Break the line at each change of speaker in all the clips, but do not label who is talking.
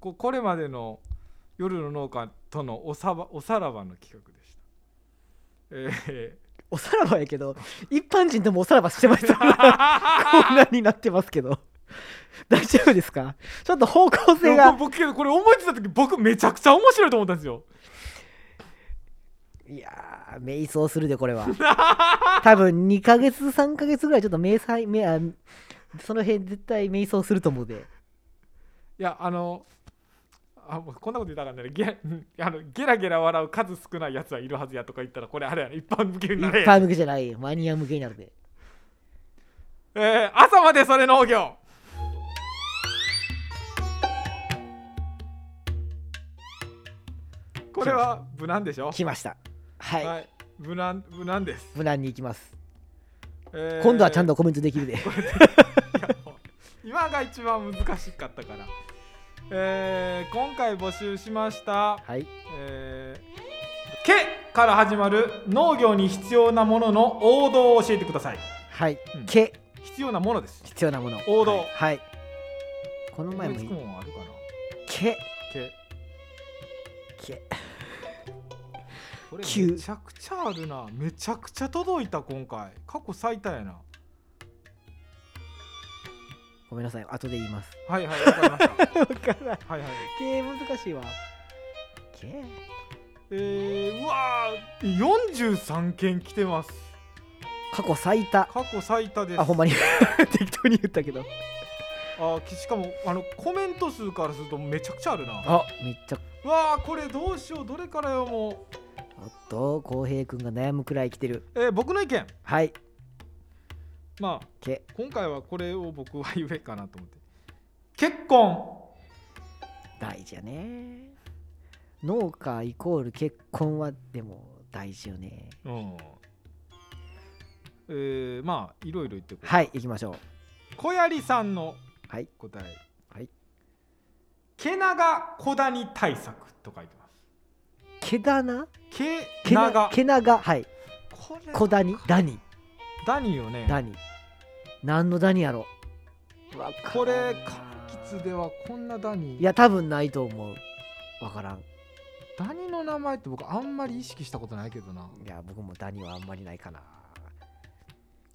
こうこれまでの夜の農家とのおさばおさらばの企画でした。え
おさらばやけど一般人でもおさらばして ましたなこんなになってますけど大丈夫ですかちょっと方向
ー、
性
いや
が
僕けどこれ思いついた時僕めちゃくちゃ面白いと思ったんですよ。
いやー迷走するでこれは多分2ヶ月3ヶ月ぐらいちょっと迷彩迷あその辺絶対迷走すると思うで
いやあのあもうこんなこと言ったらあかんねゲあのゲラゲラ笑う数少ないやつはいるはずやとか言ったらこれあれやね一般向けに
一
なれや、
般向けじゃないマニア向けになるで
えー朝までそれ農業これは無難でしょ
来ましたはい、
はい無難無難です、
無難に行きます
えー
今度はちゃんとコメントできるで
いやもう 今が一番難しかったから、えー今回募集しました
はい
えーけから始まる農業に必要なものの王道を教えてください
はい、
うん
け
必要なものです
必要なもの
王道
はい、はいこの前も
思いつく
言
も
い
んはあるかな
け
け
け
これ
急
めちゃくちゃあるなめちゃくちゃ届いた今回過去最多やな
ごめんなさい後で言います
はいはいわかりました
わからない
はいはい
け難しいわけ
えー、うわー43件来てます
過去最 多
過去最多です
あほんまに 適当に言ったけど
あきしかもあのコメント数からするとめちゃくちゃあるな
あめっちゃ
うわーこれどうしようどれからよもう
おっと浩平君が悩むくらい来てる
えー僕の意見
はい
まあ
け
今回はこれを僕は言えかなと思って結婚
大事やね農家イコール結婚はでも大事よね
うんえー、まあいろいろ言ってこい
はい行きましょう
小槍さんの
はい
答え
はい
毛長小谷対策と書いてます
毛棚
毛
毛
長
長毛長はい
これ
小谷ダニ
ダニよね
ダニ何のダニやろわからん
これ柑橘ではこんなダニ
いや多分ないと思うわからん
ダニの名前って僕あんまり意識したことないけどない
や僕もダニはあんまりないかな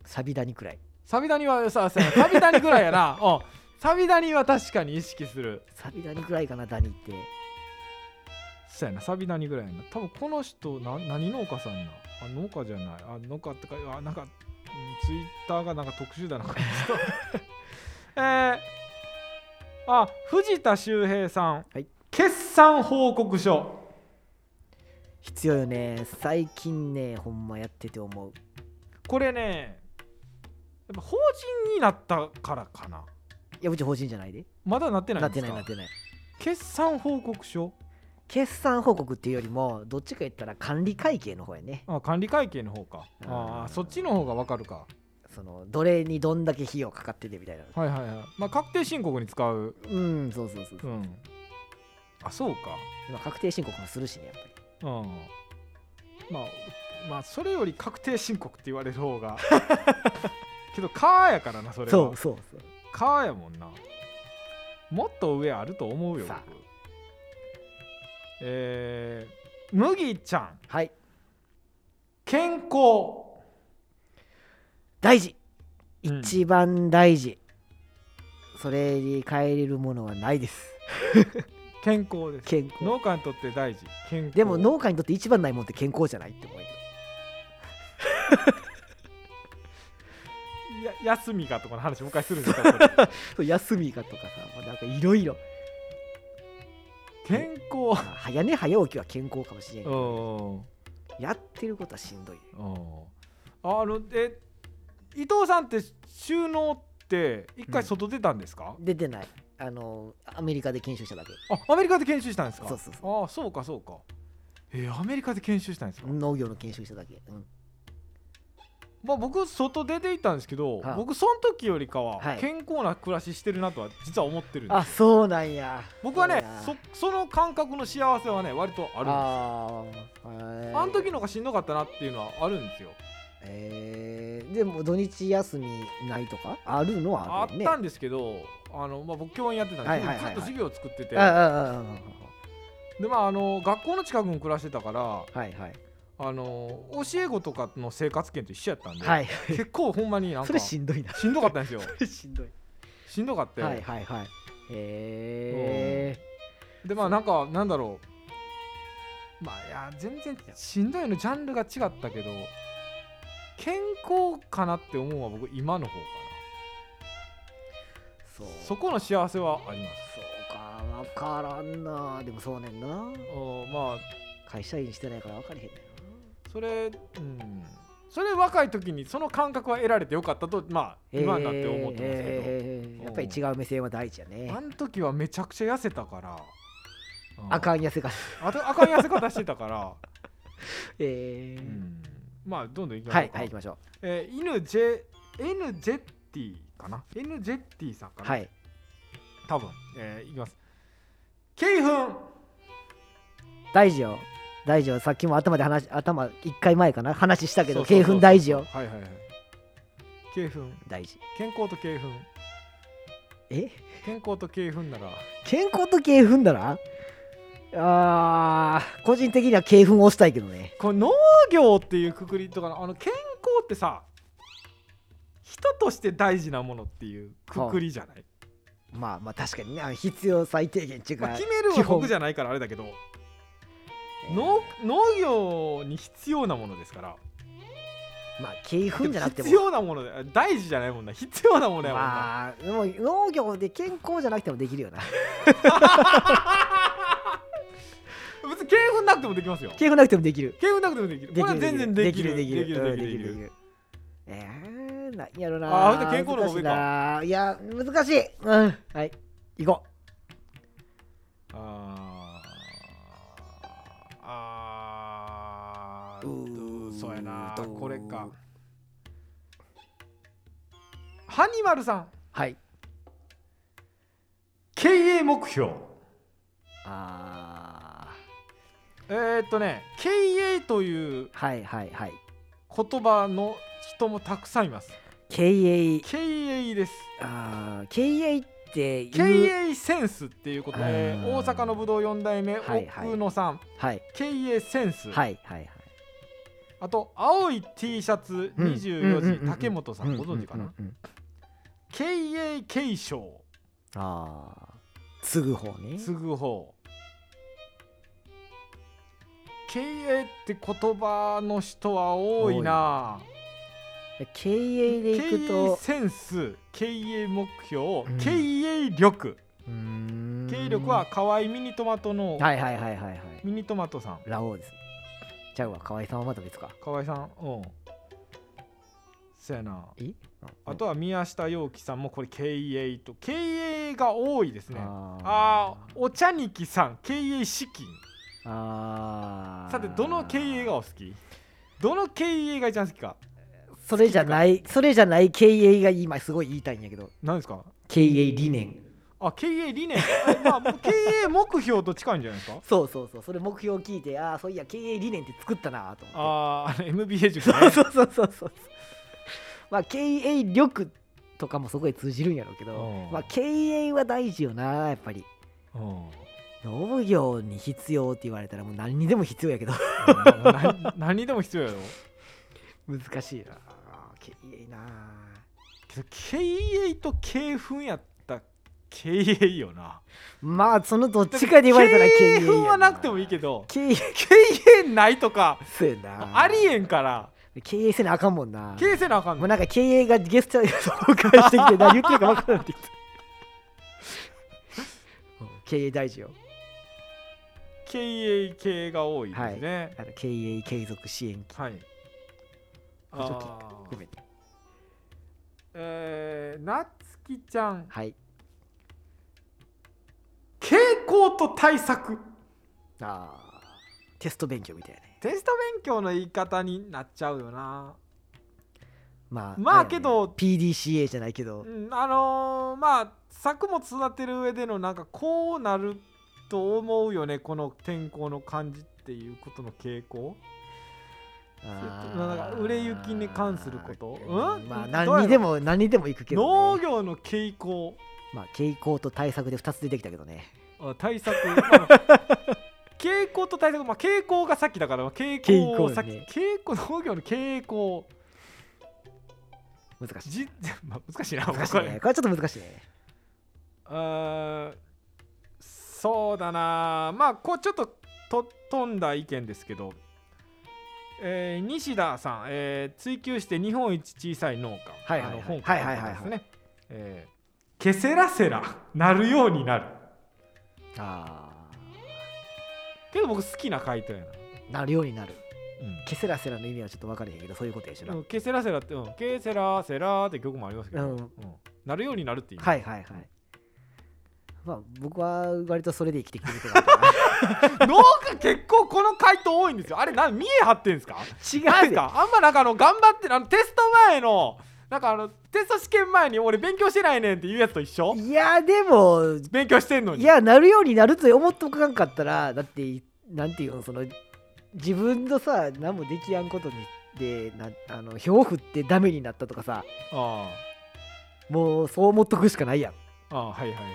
サビダニくらい
サビダニはささサビダニぐらいや なうんサビダニは確かに意識する
サビダニくらいかなダニって
そうやなサビ何ぐらいやな多分この人な何農家さんなあ農家じゃないあ農家ってかあなんか、うん、ツイッターがなんか特殊だなこの 人えー、あ藤田修平さん、
はい
決算報告書
必要よね最近ねほんまやってて思う
これねやっぱ法人になったからかない
やうち法人じゃないで
まだなってない
なんっ
で
て
すか
ないなってない
決算報告書
決算報告っていうよりもどっちか言ったら管理会計の方やね
あ管理会計の方か
うん
ああそっちの方がわかるか
そのどれにどんだけ費用かかっててみたいな
はいはいはいまあ確定申告に使う
うんそうそうそう、
うんあそうか
今確定申告もするしねやっぱり
うん、まあまあそれより確定申告って言われる方 がけど「か」やからなそれは
そうそうそう
「か」やもんなもっと上あると思うよ
さあ
僕えー、麦ちゃん
はい
健康
大事
うん
一番大事、それに変えれるものはないです
健康です
健康
農家にとって大事健康
でも農家にとって一番ないもんって健康じゃないって思うよ
や休みがとかの話もう一回するん ですか
そう休みがとかさまあなんかいろいろ
健康
早寝早起きは健康かもしれんけ
う
ど
ん
やってることはしんどいね
あのえ伊藤さんって収納って一回外出たんですか、
出てないあのアメリカで研修しただけ
あアメリカで研修したんですか
そうそうそ
ああそうかそうかえーアメリカで研修したんですか、
農業の研修しただけ、うん、
まあ、僕外出ていったんですけど、
はい
僕その時よりかは
はい
健康な暮らししてるなとは実は思ってるんです、
あそうなんや
僕はね
そ
そうその感覚の幸せはね割とあるんで
ああ
す
ー
あの時の方がしんどかったなっていうのはあるんですよ
えー、でも土日休みないとかあるの
あ
はあ
っ
るよね
たんですけどあの、まあ、僕教員やってたんで、
はいはいはい
ず
はい
っと授業を作ってて
あああああ
でまああの学校の近くに暮らしてたから
あはいはい
あの教え子とかの生活圏と一緒やったんで、
はい
結構ほんまになん
そ
か
れ
し
しんどいな
んどかったんですよ
それしんどい
しんどかって、
はいはいはいへえ
でまあなんかなんだろうまあいや全然しんどいのジャンルが違ったけど健康かなって思うのは僕今の方か
そう
な
そ
そうこの幸せはあります
かわからんなでもそうねんな
おまあ
会社員してないから分かりへんねんな
それうんそれ若い時にその感覚は得られてよかったとまあ今になって思ってますけど、
えーえーえーやっぱり違う目線は大事やね
あの時はめちゃくちゃ痩せたから、うん
あかん痩せか
あと赤い痩せ方してた から、
え
う
ー
んまあどんどんいきまし
は
ょう
い
か、
はい行きましょ
えー、犬ジェ N ジェッティかな N ジェッティさんか
う
な、
はい
多分、えー、いきます鶏粉
大事よ大事よさっきも頭で話頭一回前かな話したけど
そうそうそう
鶏粉大事よ
はいはいはい鶏粉
大事
健康と鶏粉
え
健康と鶏粉なら
健康と鶏粉だなあー個人的には鶏粉を押したいけどね
これ農業っていうくくりとかのあの健康ってさ人として大事なものっていうくくりじゃない、
まあまあ確かにねあの必要最低限っていうか、
まあ、決める
基
は
本
僕じゃないからあれだけど
えー
農農業に必要なものですから
まあ鶏粉じゃなくても
必要なもので大事じゃないもんな必要なものやもんな、
まあでも農業で健康じゃなくてもできるよな
別に鶏粉なくてもできますよ
鶏粉なくてもできる
鶏粉なくてもできる
で
これ
き
は
る
全然できる
でき
で
る
き
で
る
きる
でき
できるでき
る
るえー、なんやろな
あーほんと健康の方が上か
難しいないや難しいうんはい行こ
あーあ
うー
ーそうやな
と
これかハニマルさん
うはい
経営目標
あ
えー、っとね経営という
ーはいはいはい
言葉の人もたくさんいます
経営
経営です
あー経営っていう
経営センスっていうこと
あ
で
ー
大阪のぶどう4代目
はいはい
奥野さん
はい
経営センス
はいはいはい
あと青い T シャツ
うん
24
うん
時竹本さ
うんん
ご存知かな
うんうんうん
経営継承
あー継ぐ方ね
継ぐ方経営って言葉の人は多いな
経営で
経
いく
営
と
センス経営目標
うん
経営力
うーん
経営力は可愛いミニトマトの
はいはいはいはいはい
ミニトマトさん
ラオウです。ちゃうわ、河合さんはまた別か。
河合さんうんそやな
え
あとは宮下陽樹さんもこれ経営と経営が多いですね
あ
あー
ー
お茶にきさん経営資金
あー
さてどの経営がお好きどの経営が一番好きか
それじゃない、それじゃない経営が今すごい言いたいんやけど、
何ですか
経営理念。
あ経営理念 まあもう経営目標と近いんじゃないですか
そうそうそう、それ目標を聞いて、ああ、そういや、経営理念って作ったなと思っ
あーあの MBA 塾
て。
ね
そうそうそうそう。まあ、経営力とかもそこへ通じるんやろうけど
う、ん
まあ、経営は大事よな、やっぱり。
うん
農業に必要って言われたらもう何にでも必要や けど
な何でも必要やろ
難しいな経営な
けど経営と経粉やった経営よな
まあそのどっちかで言われたら経営や
経粉はなくてもいいけど
経営
経営ないとか
そうやな
ありえんから
経営せなあかんもんな
経営せなあかん
も
の
うなんか経営がゲストを紹介してき て何言ってるか分からんって きたうん経営大事よ
経営系が多いですね
あの経営継続支援
はい、
補助金
あー
含めて
えー、なつきちゃん
はい
傾向と対策
あーテスト勉強みたいなね
テスト勉強の言い方になっちゃうよな
まあ
まあ
れやね
けど
PDCA じゃないけど
うんあのーまあ作物育てる上でのなんかこうなると思うよねこの天候の感じっていうことの傾向
あー
なんか売れ行きに関することうん
まあ
どうやろう
何にでも何にでも行くけどね
農業の傾向
まあ傾向と対策で2つ出てきたけどね
あ対 策あの傾向と対策、まあ、傾向がさっきだから傾向をさっき
傾
傾向,、農業の傾向
難しい
じ、 まあ、難しいな
難しい
これ
ねこれちょっと難しいね
あーそうだなまあこうちょっとと飛んだ意見ですけど、えー西田さん、えー追求して日本一小さい農家、
はいはいはい
あの本から
はいはいはいはい
ですね、えーけせらせらなるようになる
あ
けど僕好きな回答やな、
ーなるようになる
うん
ケセラセラの意味はちょっと分かれへんけどそういうことやしな、
うんケセラセラって、うん、ケセラセラって曲もありますけど、
うん
なるようになるっていう、
はいはいはいまあ僕は割とそれで生きてきてるけど 違
農家結構この回答多いんですよあれな見え張ってんですか なん
う
す
で
かあんまなんかあの頑張ってるあのテスト前のなんかあのテスト試験前に俺勉強してないねんっていうやつと一緒
いやでも
勉強してんのに
いやなるようになると思っとかんかったらだってなんていうのその自分のさ何もできやんことにでなあの票を振ってダメになったとかさ
あ
もうそう思っとくしかないやん
あああはいはいはいはい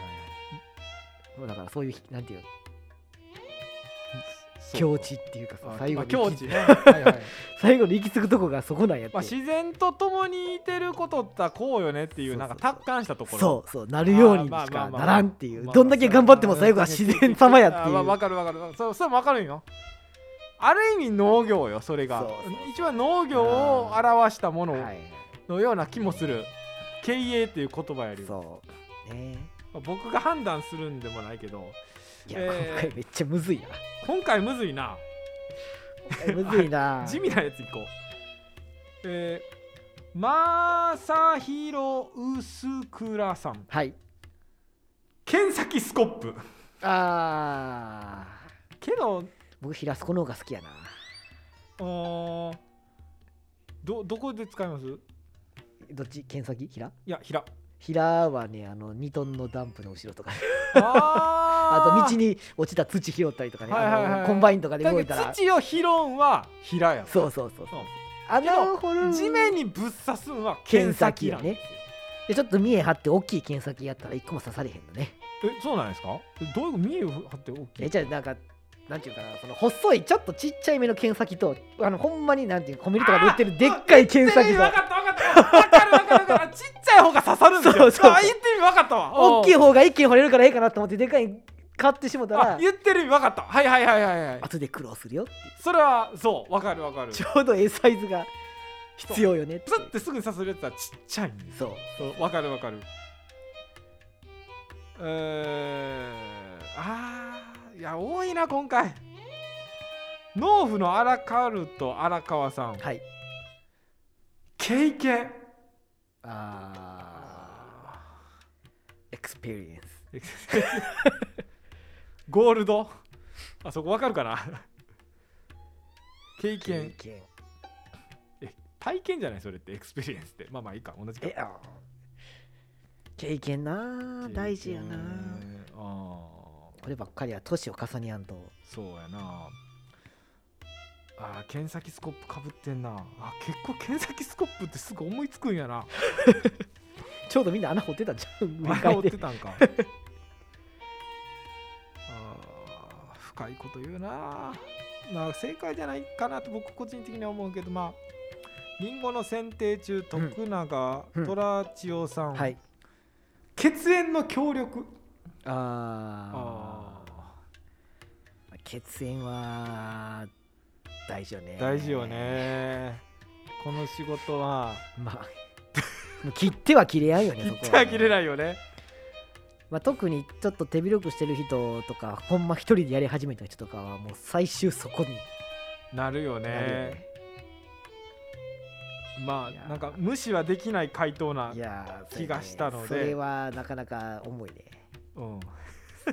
もうだからそういうなんていうの
そう
境地っていうかさ
あ
最後
まあ
に
境
行
地
き
ね はいはい
最後に行き着くとこがそこなんやっ て、
まあ自然と共にいてることってこうよねっていうなんか達観したところ
そうそうなるようにし
あーまあま
か
あまあ
ならんっていう、
まあ
どんだけ頑張っても最後は自然様やってい
あ
う、
まあわかるわかるそうそれもわかるんよある意味農業よそれが
そうそうそう
一番農業を表したもの
はい
のような気もする、経営っていう言葉よりも
そうね
まあ僕が判断するんでもないけど
いや、
えー
今回めっちゃむず いな
今回むずいな
むずいな
地味なやついこうえー、まさひろうすくらさん
はい
剣先スコップ
あー
けど
僕平子の方が好きやな
うーんどどこで使いますい
どっち剣先平
や平
平はねあの2トンのダンプの後ろとか あ
あ
と道に落ちた土拾ったりとかね、
はいはいはい
あのコンバインとかで
だ
動
け
いた
ど
ら
土を拾うんは平やん
そうそうそう
うん
穴を掘る
地面にぶっ刺すんは剣先なんですよ
でちょっと見え張って大きい剣先やったら一個も刺されへんのね
えそうなんですかえどういう見えを張って大き
え
い
じゃあなんかなんていうかなその細いちょっとちっちゃい目の剣先とあのほんまになんていうコンビニとかで売ってるでっかい剣先
分
と
かった分かった分かる分かる分かるちっちゃい方が刺さるんです
そう
よ
そうそう
あ言ってる意味分かったわ
大きい
方
方が一気に掘れるからええかなと思ってでかいん買ってしもた
あ
ら
言ってる意味分かったはいはいはいはいはい
後で苦労するよって
それはそう分かる分かる
ちょうど A サイズが必要よねって
プスってすぐに刺せるやつはちっちゃいんです
そう
そう分かる分かるえー、あーいや多いな今回農夫の荒カルと荒川さん
はい
経験
あエクスペリエンス
ゴールドあそこわかるかな経験え体験じゃないそれってエクスペリエンスってまあまあいいか同じか
えあー経験なあ大事や
経
なあ
験あー
こればっかりは年を重ねやんと
そうやなあー剣先スコップかぶってんなあ結構剣先スコップってすぐ思いつくんやな
ちょうどみんな穴掘ってたじゃん上
前
階
追っ
で
てたん かあー深いこと言うなまあ正解じゃないかなと僕個人的には思うけどまあリンゴの選定中徳永、
うん
虎千代さん、
はい
血縁の協力
あ
あ
あ血縁は大事よね
ー大事よねこの仕事は
まあもう切っては切れや んよね
切
そこ
っては切れ
い、
ないよね
まあ、特にちょっと手広くしてる人とかほんま一人でやり始めた人とかはもう最終そこに
なるよね
なるよね、
ま
いや
あ
ー
なんか無視はできない回答ない
やー
気がしたので
それはなかなか重いね
うん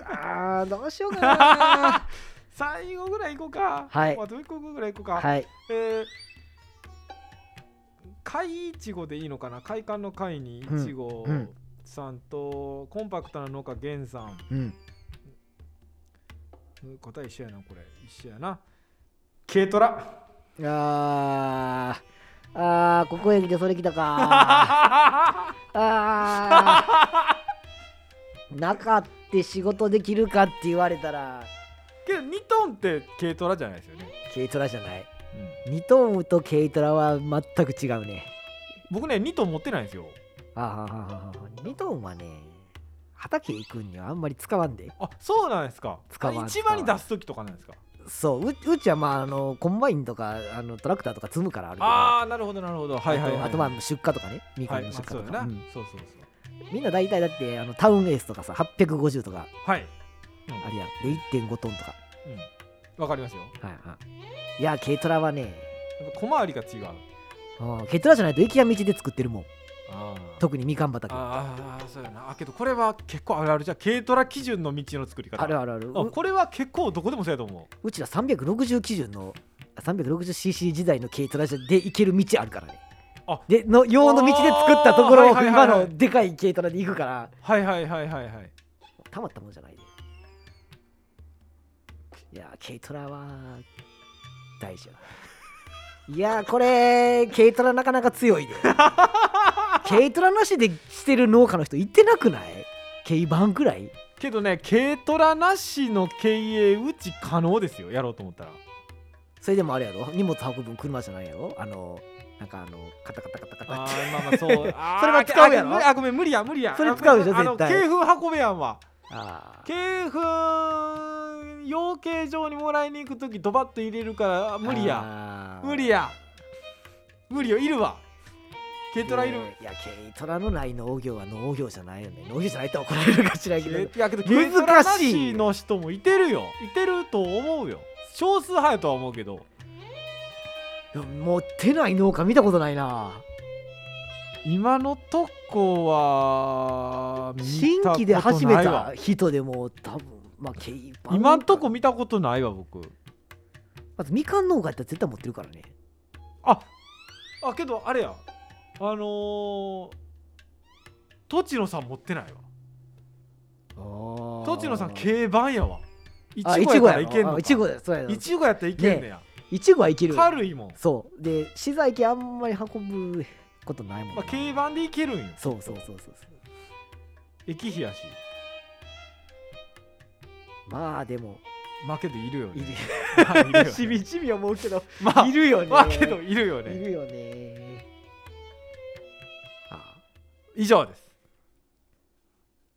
あーどうしようかな
最後ぐらい行こうか。
はい
あと一個ぐらい行こうか。
はい
えー貝いちごでいいのかな海館の貝にいちご
うんうん
さんと、コンパクトな農家源さん
うん
答え一緒やなこれ一緒やな軽トラ
あーあー ここへ来てそれ来たかあー中って仕事できるかって言われたら
けど2トンって軽トラじゃないですよね、
軽トラじゃない
うん
2トンと軽トラは全く違うね
僕ね2トン持ってないんですよ
あははは2トンはね畑行くにはあんまり使わんで
あそうなんですか
使わん
あれ
使
市
わ
場
ん
に出す時とかなんですか
そうううちはまああのコンバインとかあのトラクターとか積むからあるけど
ああなるほどなるほどはいはいはい
あとあとまあ出荷とかねみか
は
ん
いま
の
あ
出荷
そう
と
や
か、
な、
うん
そうそうそう
みんな大体だってあのタウンエースとかさ850とか
はい
あるやんで1.5トンとか
うんわかりますよ
はいはいいや軽トラはね
やっぱ小回りが違う
うん軽トラじゃないと駅や道で作ってるもん
あー
特にみかん畑あ
あーそうやなあけどこれは結構あるあるじゃん軽トラ基準の道の作り方
るあるある
あ
う
これは結構どこでもそうやと思
うちら360基準の 360cc 時代の軽トラじゃで行ける道あるからね
あ
での用の道で作ったところ
あー
を
はいはいは
今
いはい
のでかい軽トラで行くか
う
ら
はいはいはいはいはい
たまったもんじゃないでいやー軽トラは大事やないやーこれ軽トラなかなか強 いで軽トラなしでしてる農家の人行ってなくない軽バンくらい
けどね軽トラなしの経営うち可能ですよやろうと思ったら
それでもあれやろ荷物運ぶ車じゃないやろあのなんかあのカタカタカタカタ
あ
って
ーまあまあそうそれ
それは使うやろ
ああごめん無理や無理や
それ使うでしょ
あの
絶対
あの軽粉運べやんわ
あー
軽粉養鶏場にもらいに行く時ドバッと入れるからあ無理や
あー
無理や無理よいるわ軽トラいる、
いや軽トラのない農業は農業じゃないよね農業じゃないと怒られるかしらんけど
軽いやけど
難し
軽
い
トラなしの人もいてるよいてると思うよ少数派やとは思うけど
いや持ってない農家見たことないな
今のとこは見た
新規で始め
ことないわ
た人でも多分まあ軽バン
今んとこ見たことないわ僕
まずみかん農家って絶対持ってるからね
ああけどあれやあのー、栃野さん持ってないわ栃野さん軽バンやわい
あ
ちごやったら
い
いけんの
の
か
いちごだそうやない
ちごやったらいけんねや
いちごはいける
軽いもん、
そうで資材系あんまり運ぶことないもん
ま
な
あ、軽バンでいけるんよ
そうそうそうそうそう
駅費やし
まあでも
負けどいるよ
い
ね
る
まあいるよね
しみじみ思うけど
まあ
いるよね
まあけどいるよ
い
ね
るよねあ
以上です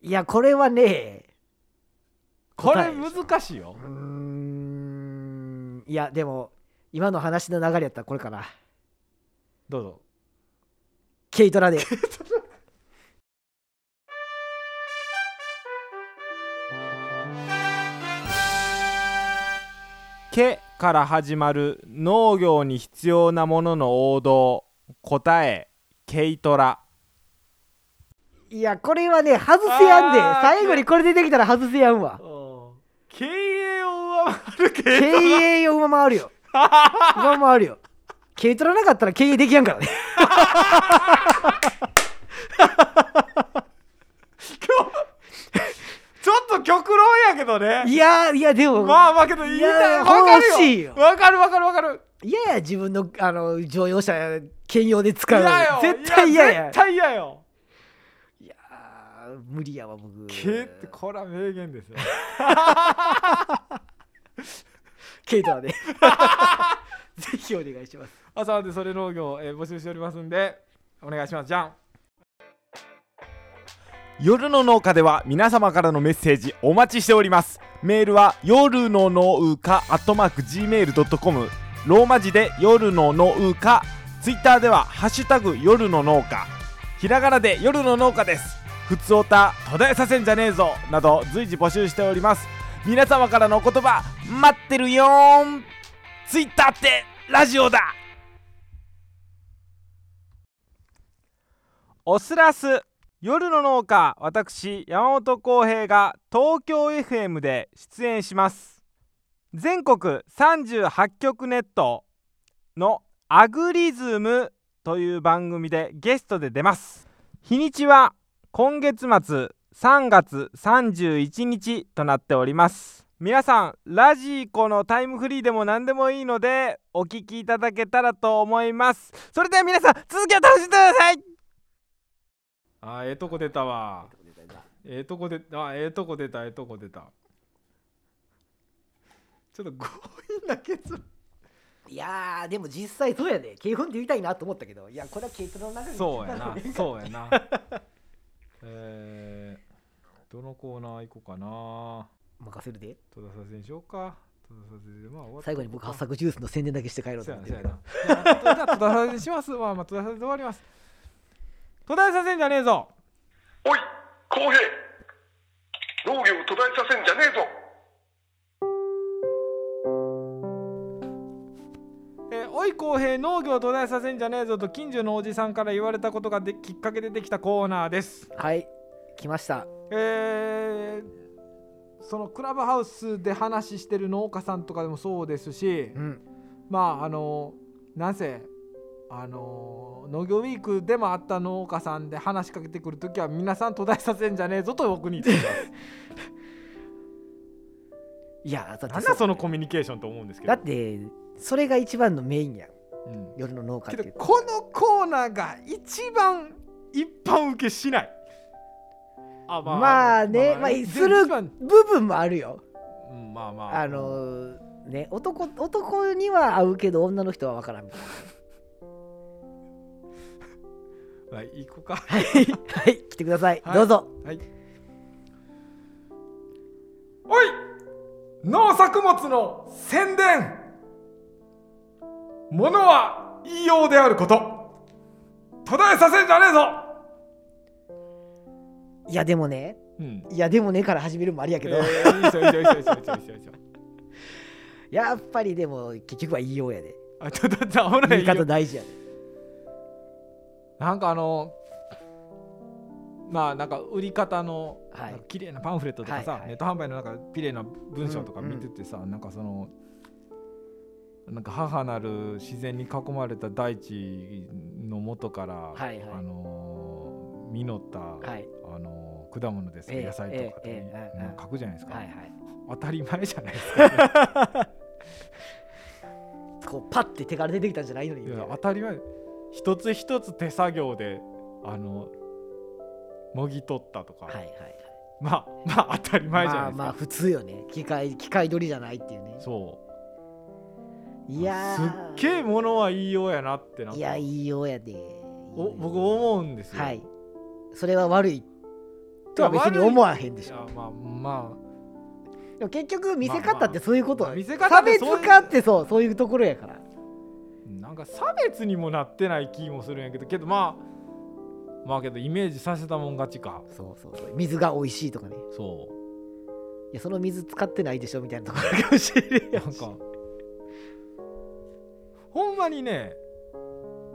いやこれはね
こ
答
れ
えです
難しいよ
うーんいやでも今の話の流れやったらこれかな
どうぞ
軽ト ラで
「け」から始まる農業に必要なものの王道答え「軽トラ」
いやこれはね外せやんで
あー
最後にこれ出てきたら外せやんわ
経営を上回る
経
け
営を上回るよ 上回るよ軽トラなかったら経営できやんから ね
ちょっと極論やけどね
いやいやでも、
まあまあけど言い
い
たいわ
や
か
欲しい
るよ
よ
わかるわかるわかる
いやいや自分のあの乗用車兼用で使うの
嫌よ
絶対嫌や
い絶対嫌よ
いやー無理やわ僕
けってこれは名言ですよ
軽 トラでぜひお願いします
朝までそれ農業、えー募集しておりますんでお願いしますじゃん夜の農家では皆様からのメッセージお待ちしておりますメールは夜の農家アットマーク Gmail.com ローマ字で夜の農家ツイッターではハッシュタグ夜の農家ひらがなで夜の農家ですふつおた途絶えさせんじゃねえぞなど随時募集しております皆様からのお言葉待ってるよーんツイッターってラジオだおすらす夜の農家私山本浩平が東京 FM で出演します全国38局ネットの「アグリズム」という番組でゲストで出ます日にちは今月末3月31日となっております皆さんラジコのタイムフリーでも何でもいいのでお聞きいただけたらと思いますそれでは皆さん続きを楽しんでくださいあーええとこ出たわええとこであええとこ出たええとこ出たちょっと強引な結論
いやーでも実際そうやで軽音って言いたいなと思ったけどいやこれは軽トラの中に
そうや なそうやなえー、どのコーナー行こうかな
任せるで
戸田沙織にしようか戸田沙織でまあ終わった
最後に僕発作ジュースの宣伝だけして帰ろうと
そうや
思っ
なそ
て
うや
るけ
な
ど
いや戸田戸田沙織にしますまあまあ戸田沙織で終わります戸田沙織じゃねえぞ
おい公平農業を途絶えさせんじゃねえぞ
えーおい公平農業を途絶えさせんじゃねえぞと近所のおじさんから言われたことができっかけでできたコーナーです
はい来ました
えーそのクラブハウスで話してる農家さんとかでもそうですし、
うん
まああのなんせあの農業ウィークでもあった農家さんで話しかけてくるときは皆さん途絶えさせんじゃねえぞと僕に言ってます
いやだって
なんだ そのコミュニケーションと思うんですけど
だってそれが一番のメインやん
うん
夜の農家
け
って
どこのコーナーが一番一般受けしないあ
まあねまあ
一
する
一番
部分もあるよ
うんまあまあ
あのーね男男には合うけど女の人は分からんみたい な
はい行こうか
はいはい来てください、
はい
どうぞ
はいおい農作物の宣伝物は言いようであること途絶えさせんじゃねえぞ
いやでもね
うん
いやでもねから始めるのもありやけど、
えーいいっすよいいっすよいいっすよいいっすよいいっすよいいっすよ
やっぱりでも結局は言いよう やで
あちょっとちょっと危ない
言い
いい
方
よ
大事やで
なんかあのまあなんか売り方の、
はい
なんか綺麗なパンフレットとかさ、
はいはい
ネット販売のなんか綺麗な文章とか見ててさ、なんかそのなんか母なる自然に囲まれた大地の元から、
はいはい
あのー実った、
はい
あのー果物ですか、
ええ
野菜とかって、
ええええ
うん書くじゃないですか、
はいはい
当たり前じゃないですか、
こうパッて手から出てきたんじゃないのに
いや当たり前一つ一つ手作業であのもぎ取ったとか、
はいはい
まあまあ当たり前じゃない
ま
ですか、
あまあ普通よね機械機械取りじゃないっていうね
そう
いや
すっ
ー
げえものは言いようやなってなった
いやいいようやで
お僕思うんですよ
はいそれは悪いとは別に思わへんで
い
し
や
ょ
まあま
でも結局見せ方ってそういうこと、
まあまあ見せ方
差
って
別
そういう
化ってそうそういうところやから
あなんか差別にもなってない気もするんやけどけどまあまあけどイメージさせたもん勝ちか
そうそうそう水が美味しいとかね
そ
いやその水使ってないでしょみたいなところかもし れん
うな
や
ん
んし
かほんまにね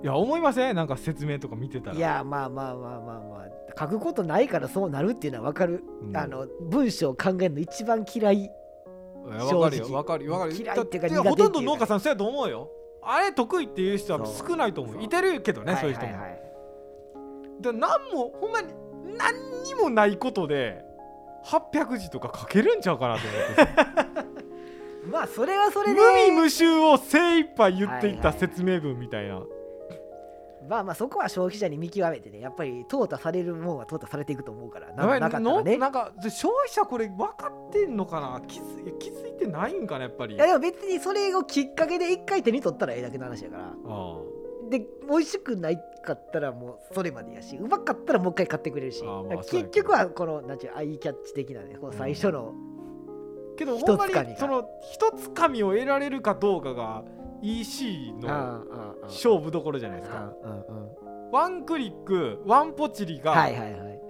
いや思いませんなんか説明とか見てたら
いやまあまあまあまあまあ書くことないからそうなるっていうのは分かる、
うん
あの文章を考えるの一番嫌い
いやわかるよ
正直
わかるよわかるよ
嫌いっていうか
だ
苦手っていうか
ほとんど農家さんそうやと思うよあれ得意っていう人は
そう
少ないと思う
そう
いてるけどねそういう人も、で何もほんまに何にもないことで800字とか書けるんちゃうかなと 思って
まあそれはそれで
無味無臭を精一杯言っていっ
はいはい
た
はい
説明文みたいな
まあまあそこは消費者に見極めてねやっぱり淘汰されるもんは淘汰されていくと思うからな
や
な
っ
か
ぱり
ったら
の
ね
なんか消費者これ分かってんのかな気づいや気づいてないんかなやっぱり
いやでも別にそれをきっかけで一回手に取ったらええだけの話やから
あ
で美味しくないかったらもうそれまでやしうまかったらもう一回買ってくれるし、
あーまあそうや
結
けど
局はこのなんちゅうアイキャッチ的なねこの最初の、
あけどほんま
一つかみ
に
が
その一つかみを得られるかどうかが EC
ああ
の
ああああ
勝負どころじゃないですか
うんうんうん
ワンクリックワンポチリ
はい
が
はいはいはい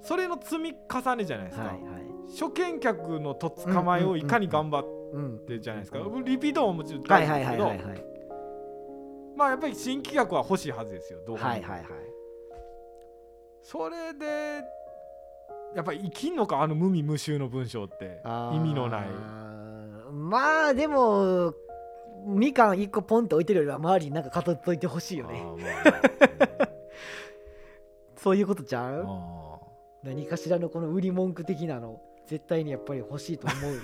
それの積み重ねじゃないですか、
はい
初見客のとっ捕まえをいかに頑張っ
うん
てじゃないですか、
うん
リピートももちろん
は
大
い
事
は
で
い
す
は
け
い
ど、
はいはい
まあやっぱり新規客は欲しいはずですよどう考えても
はいはいはい
それでやっぱり生きんのかあの無味無臭の文章って
あー
意味のない
まあでもみかん一個ポンって置いてるよりは周りになんか飾っといてほしいよねそういうことちゃ
あー
う
まあ
何かしらのこの売り文句的なの絶対にやっぱり欲しいと思 う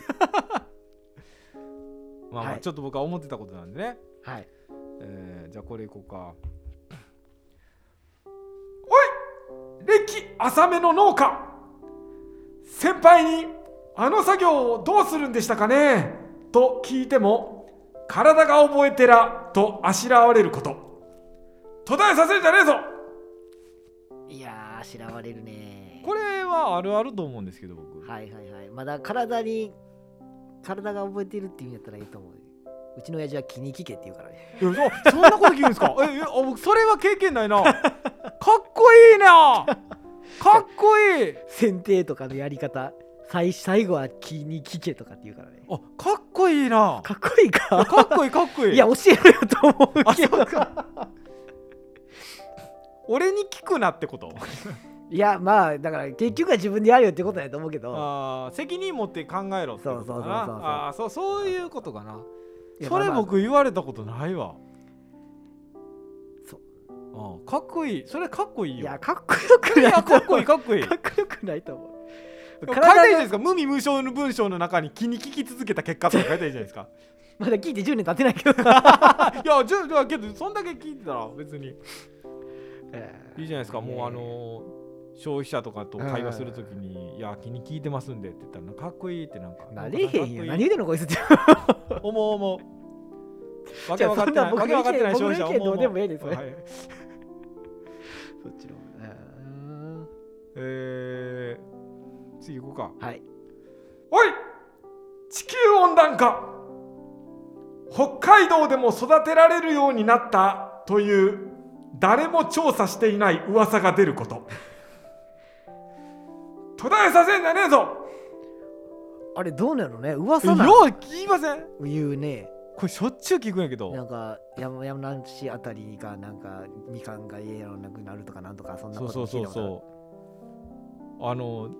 まあま
は
あ
い
ちょっと僕は思ってたことなんでね、
はい
えーじゃあこれいこうかおい歴浅めの農家先輩に「あの作業をどうするんでしたかね?」と聞いても「体が覚えてら」とあしらわれること途絶えさせるんじゃねえぞ
いやーあしらわれるね
これはあるあると思うんですけど僕
はいはいはいまだ体に体が覚えてるっていうんやったらいいと思ううちの親父は気に聞けって言うからね
いやそそんなこと聞くんですかええあ僕それは経験ないなかっこいいなかっこいい
剪定とかのやり方最最後は気に聞けとかって言うからね
あかっこいいな
かっこいい
いや
か
かっこいいかっこいい
いや教えろよと思う
あ
け
そ
ど
うか俺に聞くなってこと
いやまあだから結局は自分でやるよってことやと思うけど
あー責任持って考えろってことかな
そうそうそうそうそう
あーそうそういうことかない
や
それ
まあまあ
僕言われたことないわ
そう
あーかっこいいそれかっこいいよ
いやかっこよく
い
ない
や
と
かっ
思
こ
う
いいかっこいい
かっこよくないと思う
書いたらいいじゃないで
体が
すか無味無償の文章の中に気に聞き続けた結果とか書いたらいいじゃないですか
まだ聞いて10年経ってないけ ど
いやじゃあじゃあけどそんだけ聞いてたら別にいいじゃないですかもうあのー消費者とかと会話するときに「いや気に聞いてますんで」って言ったらかっこいいってなんか
なれへ
なん
んよ
かかっこいい
何言うてんのこいつって
思う思うわ
じ
け
ゃあ
分かってないわ
そんな僕
け
の
分かってない
意見
消費者思う思
僕の意見どうでもええですね
はい
そっちの
えー、次行こうか
はい
おい地球温暖化北海道でも育てられるようになったという誰も調査していない噂が出ること途絶えさせんじゃねえぞ
あれどうなのね噂なの
よう聞きません
言うね
これしょっちゅう聞くんやけど
なんか山山梨あたりがなんかみかんが家のなくなるとかなんとかそんな
そ
こ
うそ
と
う
聞
そ
いうたこ
そう
とある
あの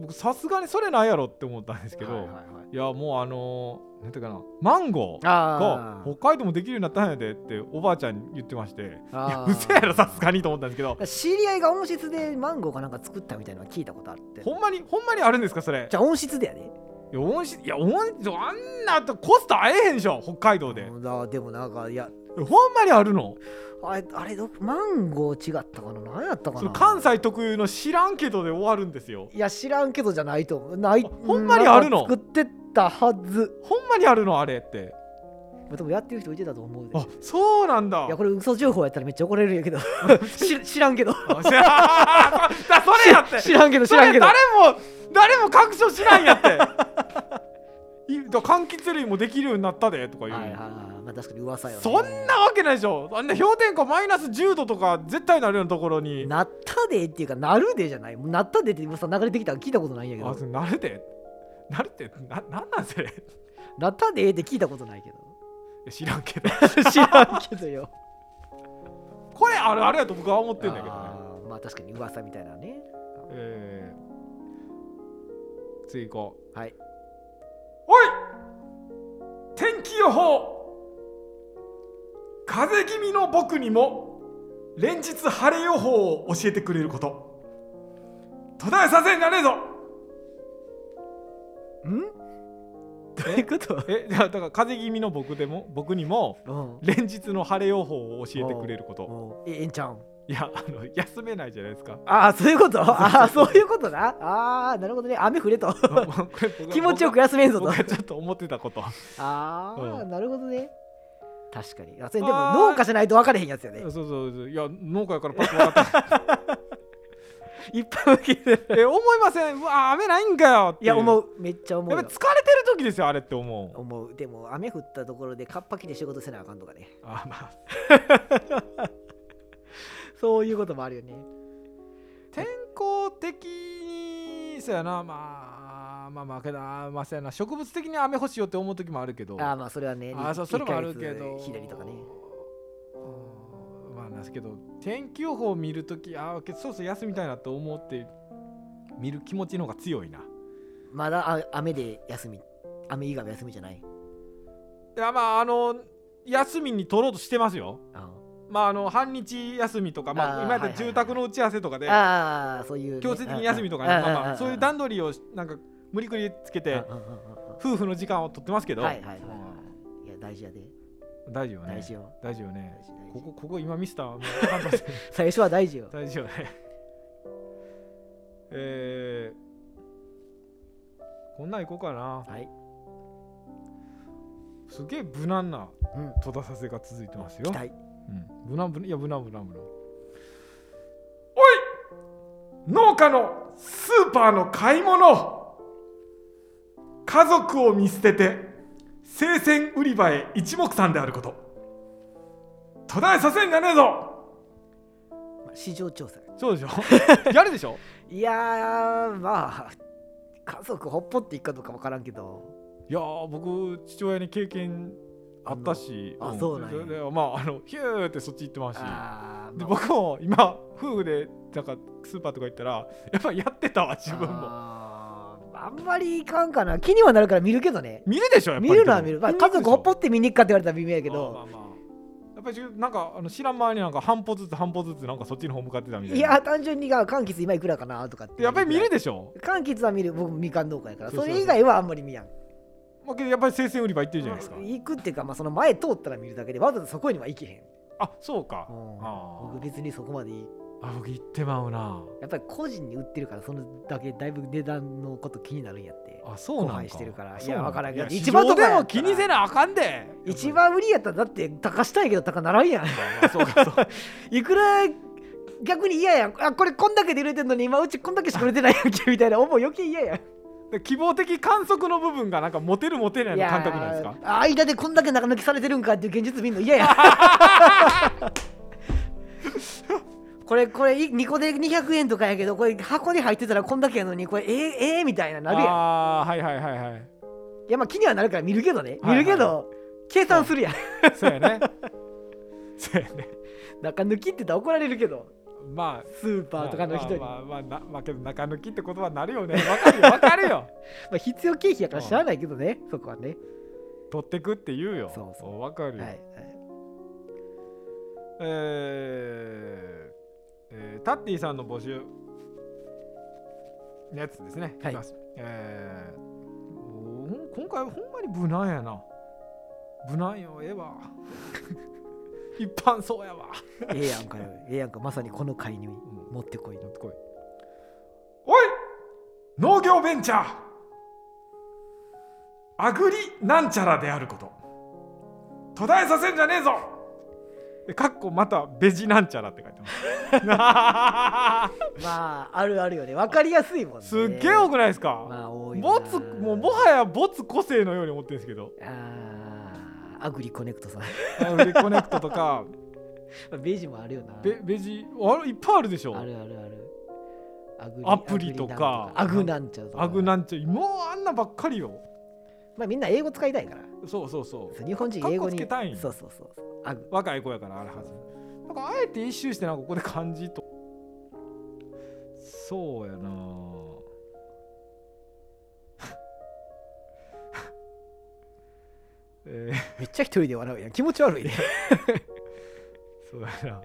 僕さすがにそれないやろって思ったんですけど、
はい
い
はいはい
やもうあのなんていうかなマンゴー
あ
が
ー
北海道もできるようになったんやでっておばあちゃんに言ってましていや
あー
嘘やろさすがにと思ったんですけど
知り合いが温室でマンゴーかなんか作ったみたいなの聞いたことあって
ほんまにほんまにあるんですかそれ
じゃあ温室だよね
いや温室いや温室あんなとコストあえへんでしょ北海道で
うんだでもなんかいや
ほんまにあるの
あれあれどマンゴー違ったかな何やったか
その
な
関西特有の知らんけどで終わるんですよ
いや知らんけどじゃないと思うない
あほんまにあるの
なんか作ってたはず
ほんまにあるのあれって
でもやってる人いてたと思うで
あそうなんだ
いやこれ嘘情報やったらめっちゃ怒られるんや けど知知らんけど
あ そ だそれやって
知らんけど知らんけど
それ誰も誰も確証しないんやって いだ柑橘類もできるようになったでとか言う、
はいはいはいまあ確かに噂よ、ね、
そんなわけないでしょあんな氷点下マイナス10度とか絶対なるようなところに
なったでっていうかなるでじゃないもうなったでって噂流れてきたら聞いたことないんやけ
あ
ど
それなるでなるってななんなんそれい
なったでって聞いたことないけど
や 知らん けど
知らんけどよ
これあるあるやと僕は思ってるんだけどね
あーまあ確かに噂みたいなね
えー、次行こう
はい
おい天気予報風邪気味の僕にも連日晴れ予報を教えてくれること途絶えさせんじゃねえぞ
んどういうこと
えだだから風邪気味の僕でも僕にも
うん
連日の晴れ予報を教えてくれること
うんええんちゃうん
いやあの休めないじゃないですか
ああそうい うことああそういうことなああなるほどね雨降れと
もうこれ僕が
気持ちよく休めんぞ
僕
と
が僕がちょっと思ってたこと
ああ、
う
なるほどね確かにあそれでも
あー
農家じゃないと分かれへんやつよね
そうそうそういや農家やからパッと分かった
いっぱい受けて
え思いませんうわ雨ないんかよって
い
い
や思
う
うめっちゃ思う
やっぱ
よ
疲れてる時ですよあれって思う
思うでも雨降ったところでカッパ着て仕事せなあかんとかね
あまあ
そういうこともあるよね
天候的にそうやなまあまあまあけどあまあそうやな植物的に雨欲しいよって思う時もあるけど
ああまあそれはね
あそうそれもあるけ
理
ど
解す左とかね
うんまあなんですけど天気予報を見る時ああけそうそう休みたいなと思って見る気持ちの方が強いな
まだあ雨で休み雨以外は休みじゃない
いやまああの休みに取ろうとしてますよ
あ
まああの半日休みとかま
あー
あ今やった
はいはいは
ら
い
住宅の打ち合わせとかで
あーそういうね、
強制的に休みとかね
あー
まあま
あ
あ
ー
そういう段取りをなんか無理くりつけて
あーあーあーあー
夫婦の時間を取ってますけど、
はいはいはいはい。いや、大事やで。
大事よね
大事よ。
大事よね
大事大事
ここここ今ミスターもうあかんとしてる
最初は大事よ。
大事よねえーこんなん行こうかな
はい、
すげえ無難な
うん、
戸田させが続いてます
期
よ、
待
うん、無難無難いや無難無難無難おい農家のスーパーの買い物家族を見捨てて生鮮売り場へ一目散であること途絶えさせんじゃねえ ぞ
まあ市場調査
そうでしょやるでしょ
いやーまあ家族ほっぽっていくかどうかわからんけど
いやー僕父親に経験あったし
あのあそうなんや
でまああのヒューってそっち行ってますし
あー
で
まあ
僕も今夫婦でなんかスーパーとか行ったら やっぱやってたわ自分も
あーあんまりいかんかな気にはなるから見るけどね
見るでしょやっぱり
見るのは見る、まあ、
でも
家族ほっぽ
見る
って見に行くかって言われたら微妙や
で
け
しょま
ど
あまあまあやっぱり自分なんかあの知らん間になんか半歩ずつ半歩ずつなんかそっちの方向かってたみたい
い
な
や単純にが柑橘今いくらかなとかって
やっぱり見るでしょ
柑橘は見る僕もみかん農家やから
そうそ
そう
そう
れ以外はあんまり見やん
まあけどやっぱり生鮮売り場行ってるじゃないですか
行くっていうか、まあ、その前通ったら見るだけでわざわざそこには行けへん、
あそうか
うん
あ
僕別にそこまでいい
ーあ僕行ってまうな
やっぱり個人に売ってるからそのだけだいぶ値段のこと気になるんやって
あそうなんか
荒廃してるからいや
そうなん
わからんけど
いや
一番
市場
と
で
かやったら
も気にせなあかんで
一番売りやったらだって高したいけど高ならんやん
まあそうかそうか
いくら逆に嫌やんあこれこんだけで売れてんのに今うちこんだけしか売れてないやんけみたいな思う余計嫌やん
で希望的観測の部分がなんかモテるモテないの感覚なんですか
いやー間でこんだけ中抜きされてるんかっていう現実見んの 嫌やこれこれ2個で200円とかやけどこれ箱に入ってたらこんだけやのにこれえー、えー、みたいななるやん
ああーはいはいはいはい
いやまあ気にはなるから見るけどね
はい
見
はい
るけど、計算するやん
そうやね そうやね
中抜きって言ったら怒られるけど
まあ
スーパーとかの人に、
ま
まあ
あまあまあまあなまあけど中抜きって言葉になるよねわかるよわかる よ
必要経費やから知らないけどねそこはね
取ってくって言うよ
そうそう
わかる
はい
よ、
はい
えーえータッティさんの募集のやつですね。
はい
きますえーおーほん今回ほんまに無難やな。無難よ、ええわ。 一般そうやわ。
ええやんかよええやんかまさにこの回に持ってこいの、
こいおい農業ベンチャーアグリなんちゃらであること途絶えさせんじゃねえぞでかっこまたベジなんちゃらって書い てま
まああるあるよね分かりやすいもんね
すすっげえ多くないです
ま
か、
あ多いな
ボツもうもはやボツ個性のように思ってるんですけど
あーアグリコネクトさん
アグリコネクトとか
ベジもあるよな
ベベジあれいっぱいあるでしょ
あるあるあるアグリ
アプリとか
アグリなんちゃらアグなんちゃ
アグなんちゃ
らとか
らもうあんなばっかりよ
まあみんな英語使いたいから
そうそうそう
そう日本人英語
かっこ
に
つけたいんや
そうそうそうそうアグ
若い子やからあれはずなんかあえて一周してなんかここで漢字とそうやな ぁえー、
めっちゃ一人で笑うやん気持ち悪いね
そうやな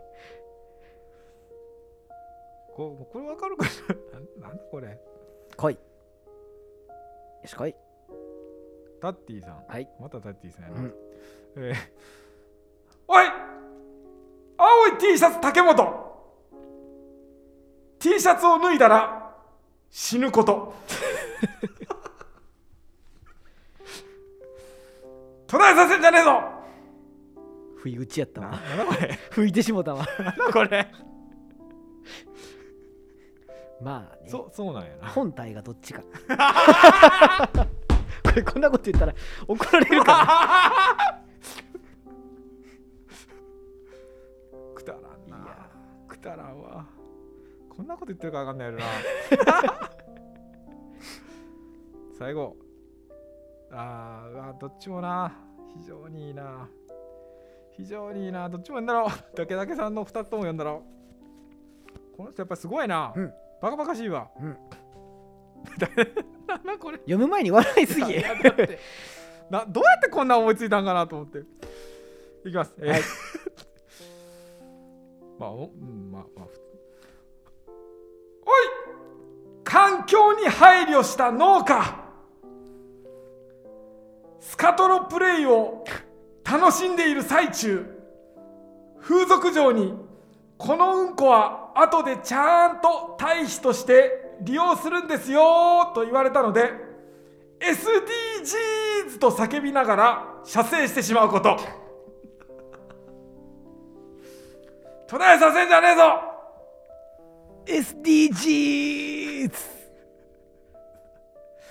ここれわかるかななんだこれ
来いよし来い
タッティさん
はい
またタッティさんやな、
うん
えー、おい青い T シャツ竹本 T シャツを脱いだら死ぬ こと途絶えさせんじゃねえぞ
不意打ちやったわ
なんだこれ
吹いてしもたわ
なんだこれ
まあ ね
そそうなんやな
本体がどっちか これこんなこと言ったら怒られるから
くだらんないやくだらんわこんなこと言ってるかわかんないやろな最後あーうわどっちもな非常にいいな非常にいいなどっちも読んだろう だけだけさんの2つとも読んだろうこの人やっぱすごいな、
うん
バカバカしいわ、
うん
なんだこれ
読む前に笑いすぎ
いやだってなどうやってこんな思いついたんかなと思っていきます、えー まあおうんまあまあふおい環境に配慮した農家スカトロプレイを楽しんでいる最中風俗嬢にこのうんこは後でちゃんと堆肥として利用するんですよと言われたので SDGs と叫びながら射精してしまうこと 唱えさせんじゃねえぞ
SDGs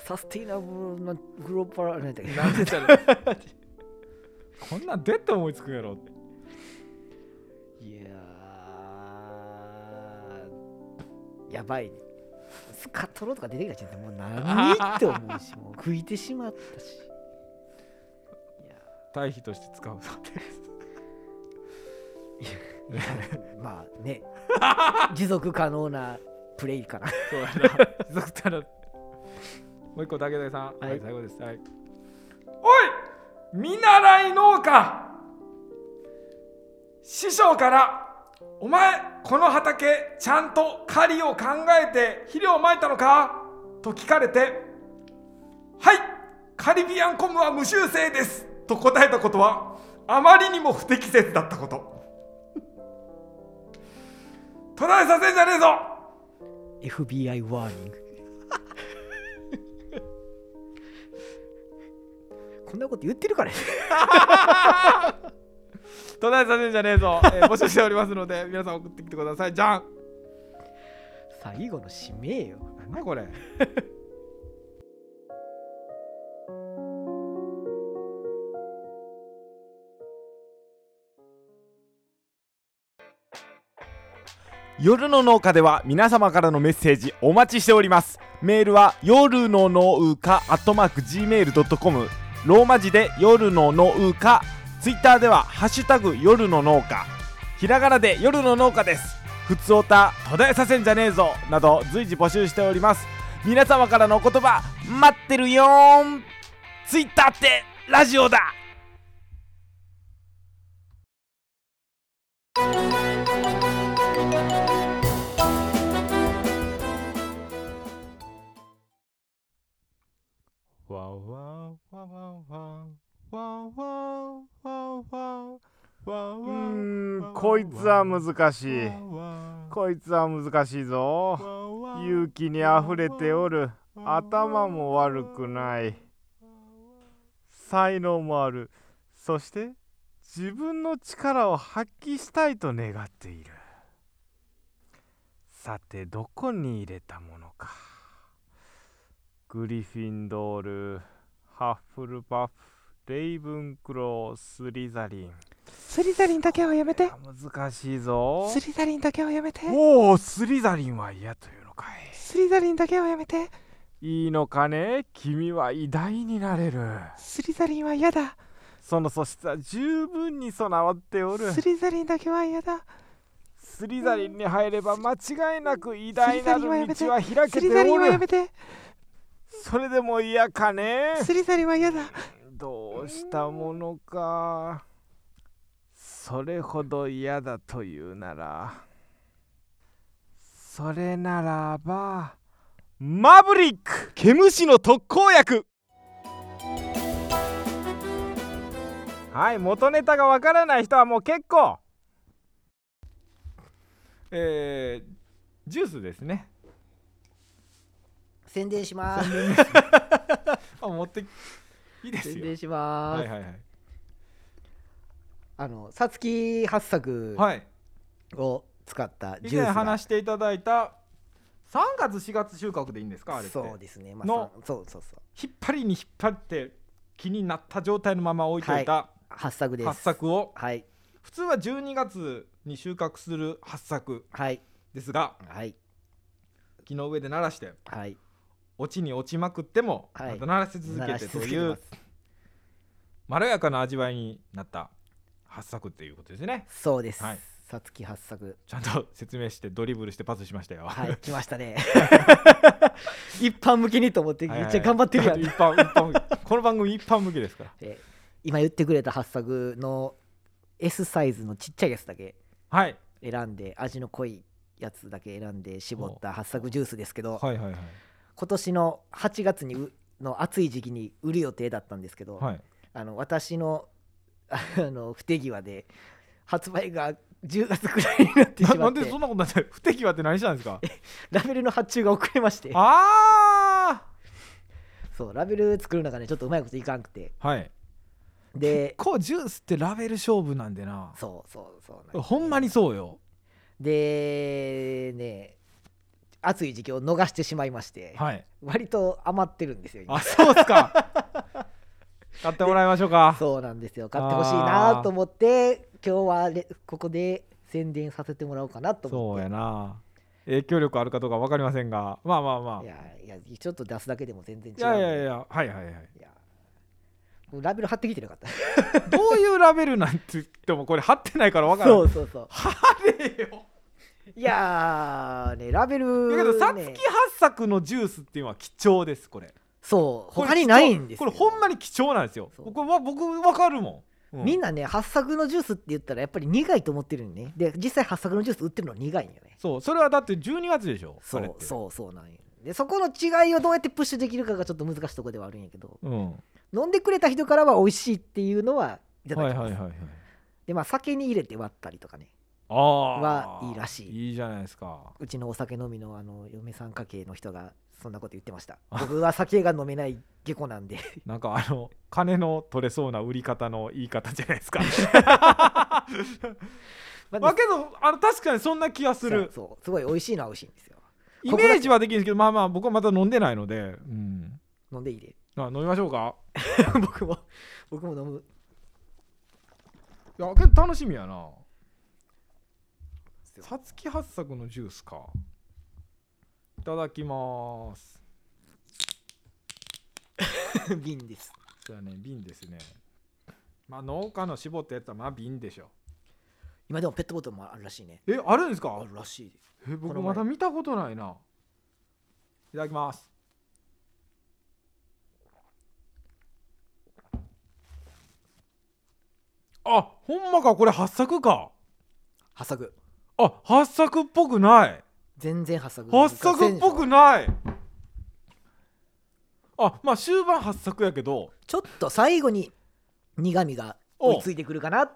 サステイナブルなグローバルなん だっけ
なんでじゃねえこんなんどうやって思いつくんやろって
いやーやばいねスカトロとか出てきた時点でもう何って思うしもう拭いてしまったしいや
対比として使うそうです
ー まあ ね持続可能なプレイかな
そうやな。続ったら。もう一個、竹田さん。はい、
はい
最後です。はい。おい見習い農家師匠から、お前、この畑、ちゃんと狩りを考えて肥料をまいたのかと聞かれて、はい、カリビアンコムは無修正ですと答えたことは、あまりにも不適切だったこと。 途絶えさせんじゃねえぞ
FBI ワーニングこんなこと言ってるからね
途絶えさせんじゃねえぞ、 えー募集しておりますので皆さん送ってきてくださいじゃん
最後の締めよ
なんだこれ
夜の農家では皆様からのメッセージお待ちしておりますメールは夜の農家アットマーク Gmail.com ローマ字で夜の農家ツイッターではハッシュタグ夜の農家ひらがなで夜の農家ですふつおた途絶えさせんじゃねえぞなど随時募集しております皆様からのお言葉待ってるよーんツイッターってラジオだわわわわわわわわわわ
うーんこいつは難しいこいつは難しいぞ勇気にあふれておる頭も悪くない才能もあるそして自分の力を発揮したいと願っているさてどこに入れたものかグリフィンドールハッフルパフレイブンクロースリザリン
スリザリンだけはやめて
難しいぞ
スリザリンだけはやめて
おおスリザリンは嫌というのかい
スリザリンだけはやめて
いいのかね君は偉大になれる
スリザリンは嫌だ
その素質は十分に備わっておる
スリザリンだけは嫌だ
スリザリンに入れば間違いなく偉大
スリザ
な
リンはやめ
る
て
道は開
ス
け
リザ
て
リン
お
はや
る
めて
それでも嫌かね
スリザリンは嫌だ
どうしたものかそれほど嫌だというならそれならばマブリック
毛虫の特効薬
はい元ネタがわからない人はもう結構
えー、ジュースですね
宣伝します
あ持っていいです
宣
よ
伝します、
はいはいはい
あのさつき八作
はい
を使った
以
ジュー
前
スが、
話していただいた3月4月収穫でいいんですかあれって
そうですね、まあ、
の
そそうそうそう
引っ張りに引っ張って気になった状態のまま置いといた
八作です
発作を
はい
普通は12月に収穫する発作
はい
ですが
はい
木の上で鳴らして
はい
落ちに落ちまくっても、
はい
また鳴らし続
鳴
け
ら
て
し
と
続けて
い
ま
う
す
まろやかな味わいになった発作っていうことですね
そうです
はい
さつき八作
ちゃんと説明してドリブルしてパスしましたよ、
はい来ましたね一般向けにと思ってめっちゃ頑張ってるやん、
一般一般向けこの番組一般向けですから
え今言ってくれた八作の S サイズのちっちゃいやつだけ
はい
選んで味の濃いやつだけ選んで絞った八作ジュースですけど、
はいはいはい
今年の8月にうの暑い時期に売る予定だったんですけど、
はい
あの私のあの不手際で発売が10月くらいになって
な
し
な
まっ
んでそ
て
んなことになって不適和って何したんですか
ラベルの発注が遅れまして
あ
そうラベル作る中でちょっとうまいこといかんくて
はい
で
こうジュースってラベル勝負なんでな
そうそうそうなんです
ほんまにそうよ
でね暑い時期を逃してしまいまして、
はい
割と余ってるんですよ今
あそうっすか買ってもらいましょうか
そうなんですよ買ってほしいなと思って今日はレここで宣伝させてもらおうかなと
そ
思
う
って
やな影響力あるかどうか分かりませんがまあまあまあ
い
い
やいやちょっと出すだけでも全然違う
やいやい
い
やはいはいはい
やもうラベル貼ってきてなかった
どういうラベルなんて言ってもこれ貼ってないから分からん
そうそうそう貼れよいやーねラベル、ね、
だけどさつき八作のジュースっていうのは貴重ですこれ
そう
これ
他にないんです
こ
よ
れほんまに貴重なんですよ
そう
僕は僕分かるもん、う
みん
な
なね八作のジュースって言ったらやっぱり苦いと思ってるんねで実際八作のジュース売ってるのは苦いんよね
そうそれはだって12月でしょ
そ
あれ
う
って
そうそうなんよでそこの違いをどうやってプッシュできるかがちょっと難しいとこではあるんやけど
うんは
飲んでくれた人からは美味しいっていうのはい
い
ただ
は
き
い
ます、
はいはい
でまあ酒に入れて割ったりとかね
ああ
はいいらしい
いいじゃないですか
うちのお酒飲みのあの嫁さん家系の人がそんなこと言って ました僕は酒が飲めない下戸なんで
なんかあの金の取れそうな売り方の言い方じゃない ですか
まあ
まあけどあの確かにそんな気がする
そうすごい美味しいのは美味しいんですよ
イメージはできるんですけどまあまあ僕はまた飲んでないので、うん、
飲んでいいで
あ飲みましょうか
僕も僕も飲む
いやけど楽しみやな
そう
さつき八作のジュースかいただきます
瓶です
そうやね瓶ですねまあ農家の絞ったやつはまあ瓶でしょ
今でもペットボトルもあるらしいね
えあるんですか
あるらしいです
え
こ
僕
の前
まだ見たことないないただきますあほんまかこれ八作か
八作
あ八作っぽくない
全然八作
八作っぽくないあまあ終盤八作やけど
ちょっと最後に苦味が追いついてくるかなっ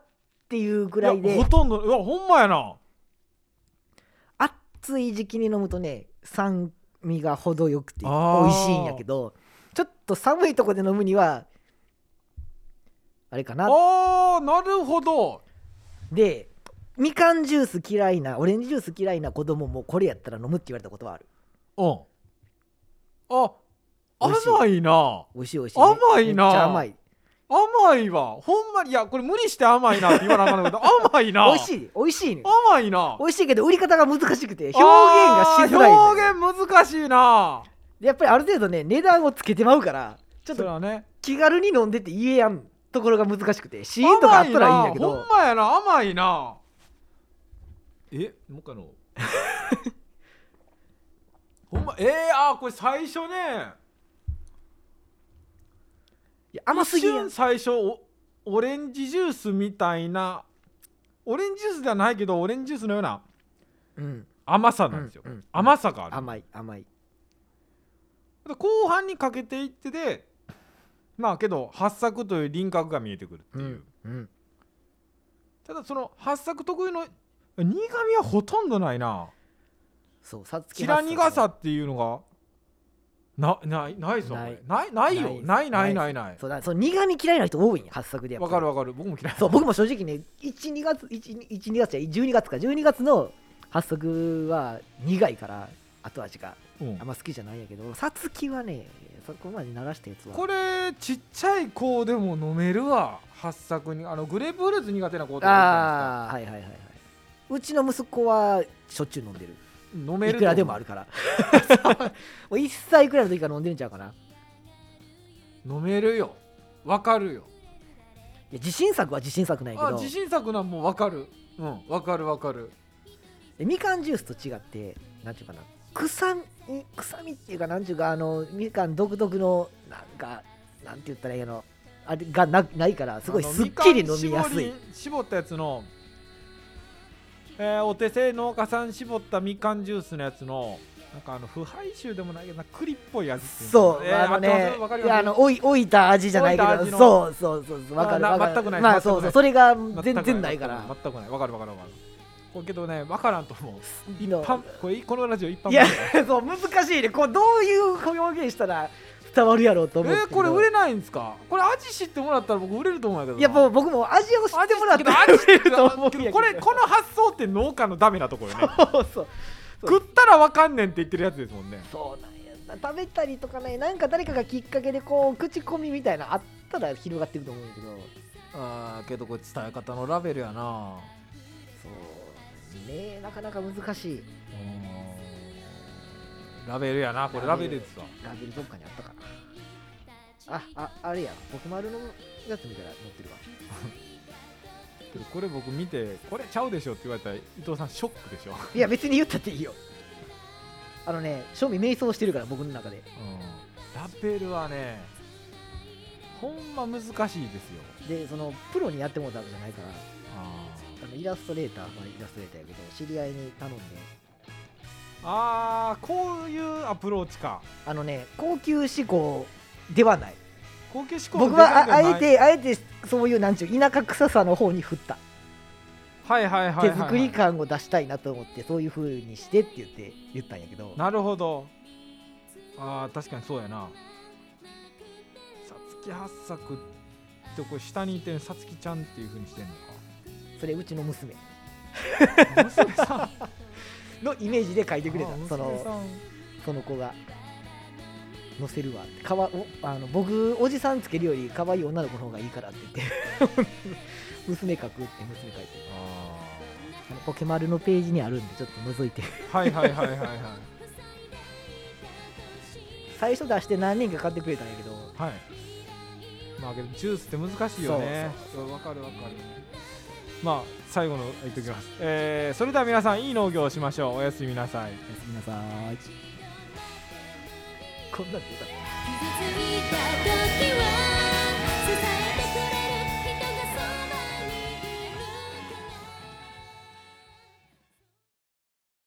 ていうぐらい
い
で
やほとんどうわほんまやな
暑い時期に飲むとね酸味が程よくて美
あー
味しいんやけどちょっと寒いとこで飲むにはあれかな
あーなるほど
でみかんジュース嫌いなオレンジジュース嫌いな子供もこれやったら飲むって言われたことはある
うんあ
美味しい
甘いな
美味しい美味しい、
甘いな
めっちゃ甘い
甘いわほんまにいやこれ無理して甘いなって言わなあかんの だけど甘いな
美味しい美味しいね
甘いな
美味しいけど売り方が難しくて表現がしづらい
あ
の
ー
よ
表現難しいな
でやっぱりある程度ね値段をつけてまうからちょっ
それ
と
はね
気軽に飲んでって言えやんところが難しくてシーンとかあったらいいんや
甘いな
けど
ほんまやな甘いなえもう一回 のほんまえー、あーこれ最初ね
いや甘すぎやん
一瞬最初おオレンジジュースみたいなオレンジジュースではないけどオレンジジュースのような
うん
甘さなんですよ、
うんうん
甘さがある
甘い甘い
で後半にかけていってでまあけど発作という輪郭が見えてくるって
う
いう、
んうん
ただその発作特有の苦みはほとんどないな
そうさつき
白苦さ
ハ
っていうのがなないないぞ
ない
これないないよないないないな
ッサク
い
そうだその苦味嫌いな人多いんや八作でやっぱ
わ
り
かるわかる僕も嫌い
そう僕も正直ね12月12月じゃ12月か12月の八作は苦いから後味が
うん
あんま好きじゃないんやけどさつきはねそこまで鳴らしたやつは
これちっちゃい子でも飲めるわ発作にあのグレープフルーツ苦手な子とかいるじゃ
ああはいはいはいはいうちの息子はしょっちゅう飲んで
な
る
いですか飲め
い
る
くらでもあ
る
るか らもう1歳くらいの時から飲んでるんちゃうかない
飲めるよわかるよ
や自信作は自信作ないけ
あ
ど
自信作なんもわかるうんわかるわかる
でみかんジュースと違ってなんていうかな臭み臭みっていうかなんていうかあのみかん独特のなんかなんて言ったらいいのあれがなないからすごい
あの
すっきり飲みやす
み
い
かん絞り絞ったやつの、えーお手製農家さん絞ったみかんジュースのやつのなんかあの腐敗臭でもないけどな栗っぽいやつってい
そう、
えー
あの
わか
ね
りますわかり
いやあ
ます
の老い老いた味じゃないけ
老いた味の
どそうそうそうそうわかる
な
わかる
全くない
ま
全くな
あ
い
そうそうそれが
全
全
く
然ないから
全くないわかるわかるわかるこれけどねわからんと思う一
の
般これこのラジオ一般
いや
向け
そう難しいねこうどういう表現したら伝わるやろうと
え
思って
ー、これ売れないんですかこれ味知ってもらったら僕売れると思うんやけど
いやもう僕も味を知ってもらったら
味知って
ると思うんやけど
これこの発想って農家のダメなとこよね
そうそう
食ったらわかんねんって言ってるやつですもんね
そうなんやな食べたりとかねなんか誰かがきっかけでこう口コミみたいなあったら広がってると思うんやけど
あーけどこれ伝え方のラベルやな
そうねなかなか難しいう
ーんラベルやなこれラベルですわ
ラベルどっかにあったかなあああれや僕丸のやつ見たら載っ てるわ
けどこれ僕見てこれちゃうでしょって言われたら伊藤さんショックでしょ、
いや別に言ったっていいよあのね正味迷走してるから僕の中で
ラベルはねほんま難しいですよ
でそのプロにやってもらったわけじゃないから
あ
あのイラストレーター、まあ、イラストレーターやけど知り合いに頼んで
あーこういうアプローチか
あのね高級志向ではない
高級志向の
僕は
デ
あ
ザインで
あ
は
え
ない
てあえてそういうなんちゅう田舎臭さの方に振った
はいはいはいはい
手
はい
作り感を出したいなと思ってそういう風にしてって言って言ったんやけど
なるほどあー確かにそうやなさつき八作ってこれ下にいてるさつきちゃんっていうふうにしてんの
それうちの娘
か娘さん
のイメージで書いてくれた
あー
そ
娘さ
の
ん
その子が載せるわってかわおあの僕おじさんつけるより可愛い女の子の方がいいからって言って 娘書くって娘書いて
あ
あのポケマルのページにあるんでちょっと覗いて
ーはいはいはいはいはい
最初出して何人か買ってくれたんやけど
はいまあけどジュースって難しいよねうんわかるわかるまあ最後の言っときます、えーそれでは皆さんいい農業をしましょうおやすみなさい
おやすみなさーいこんなんでよかった
傷ついた時は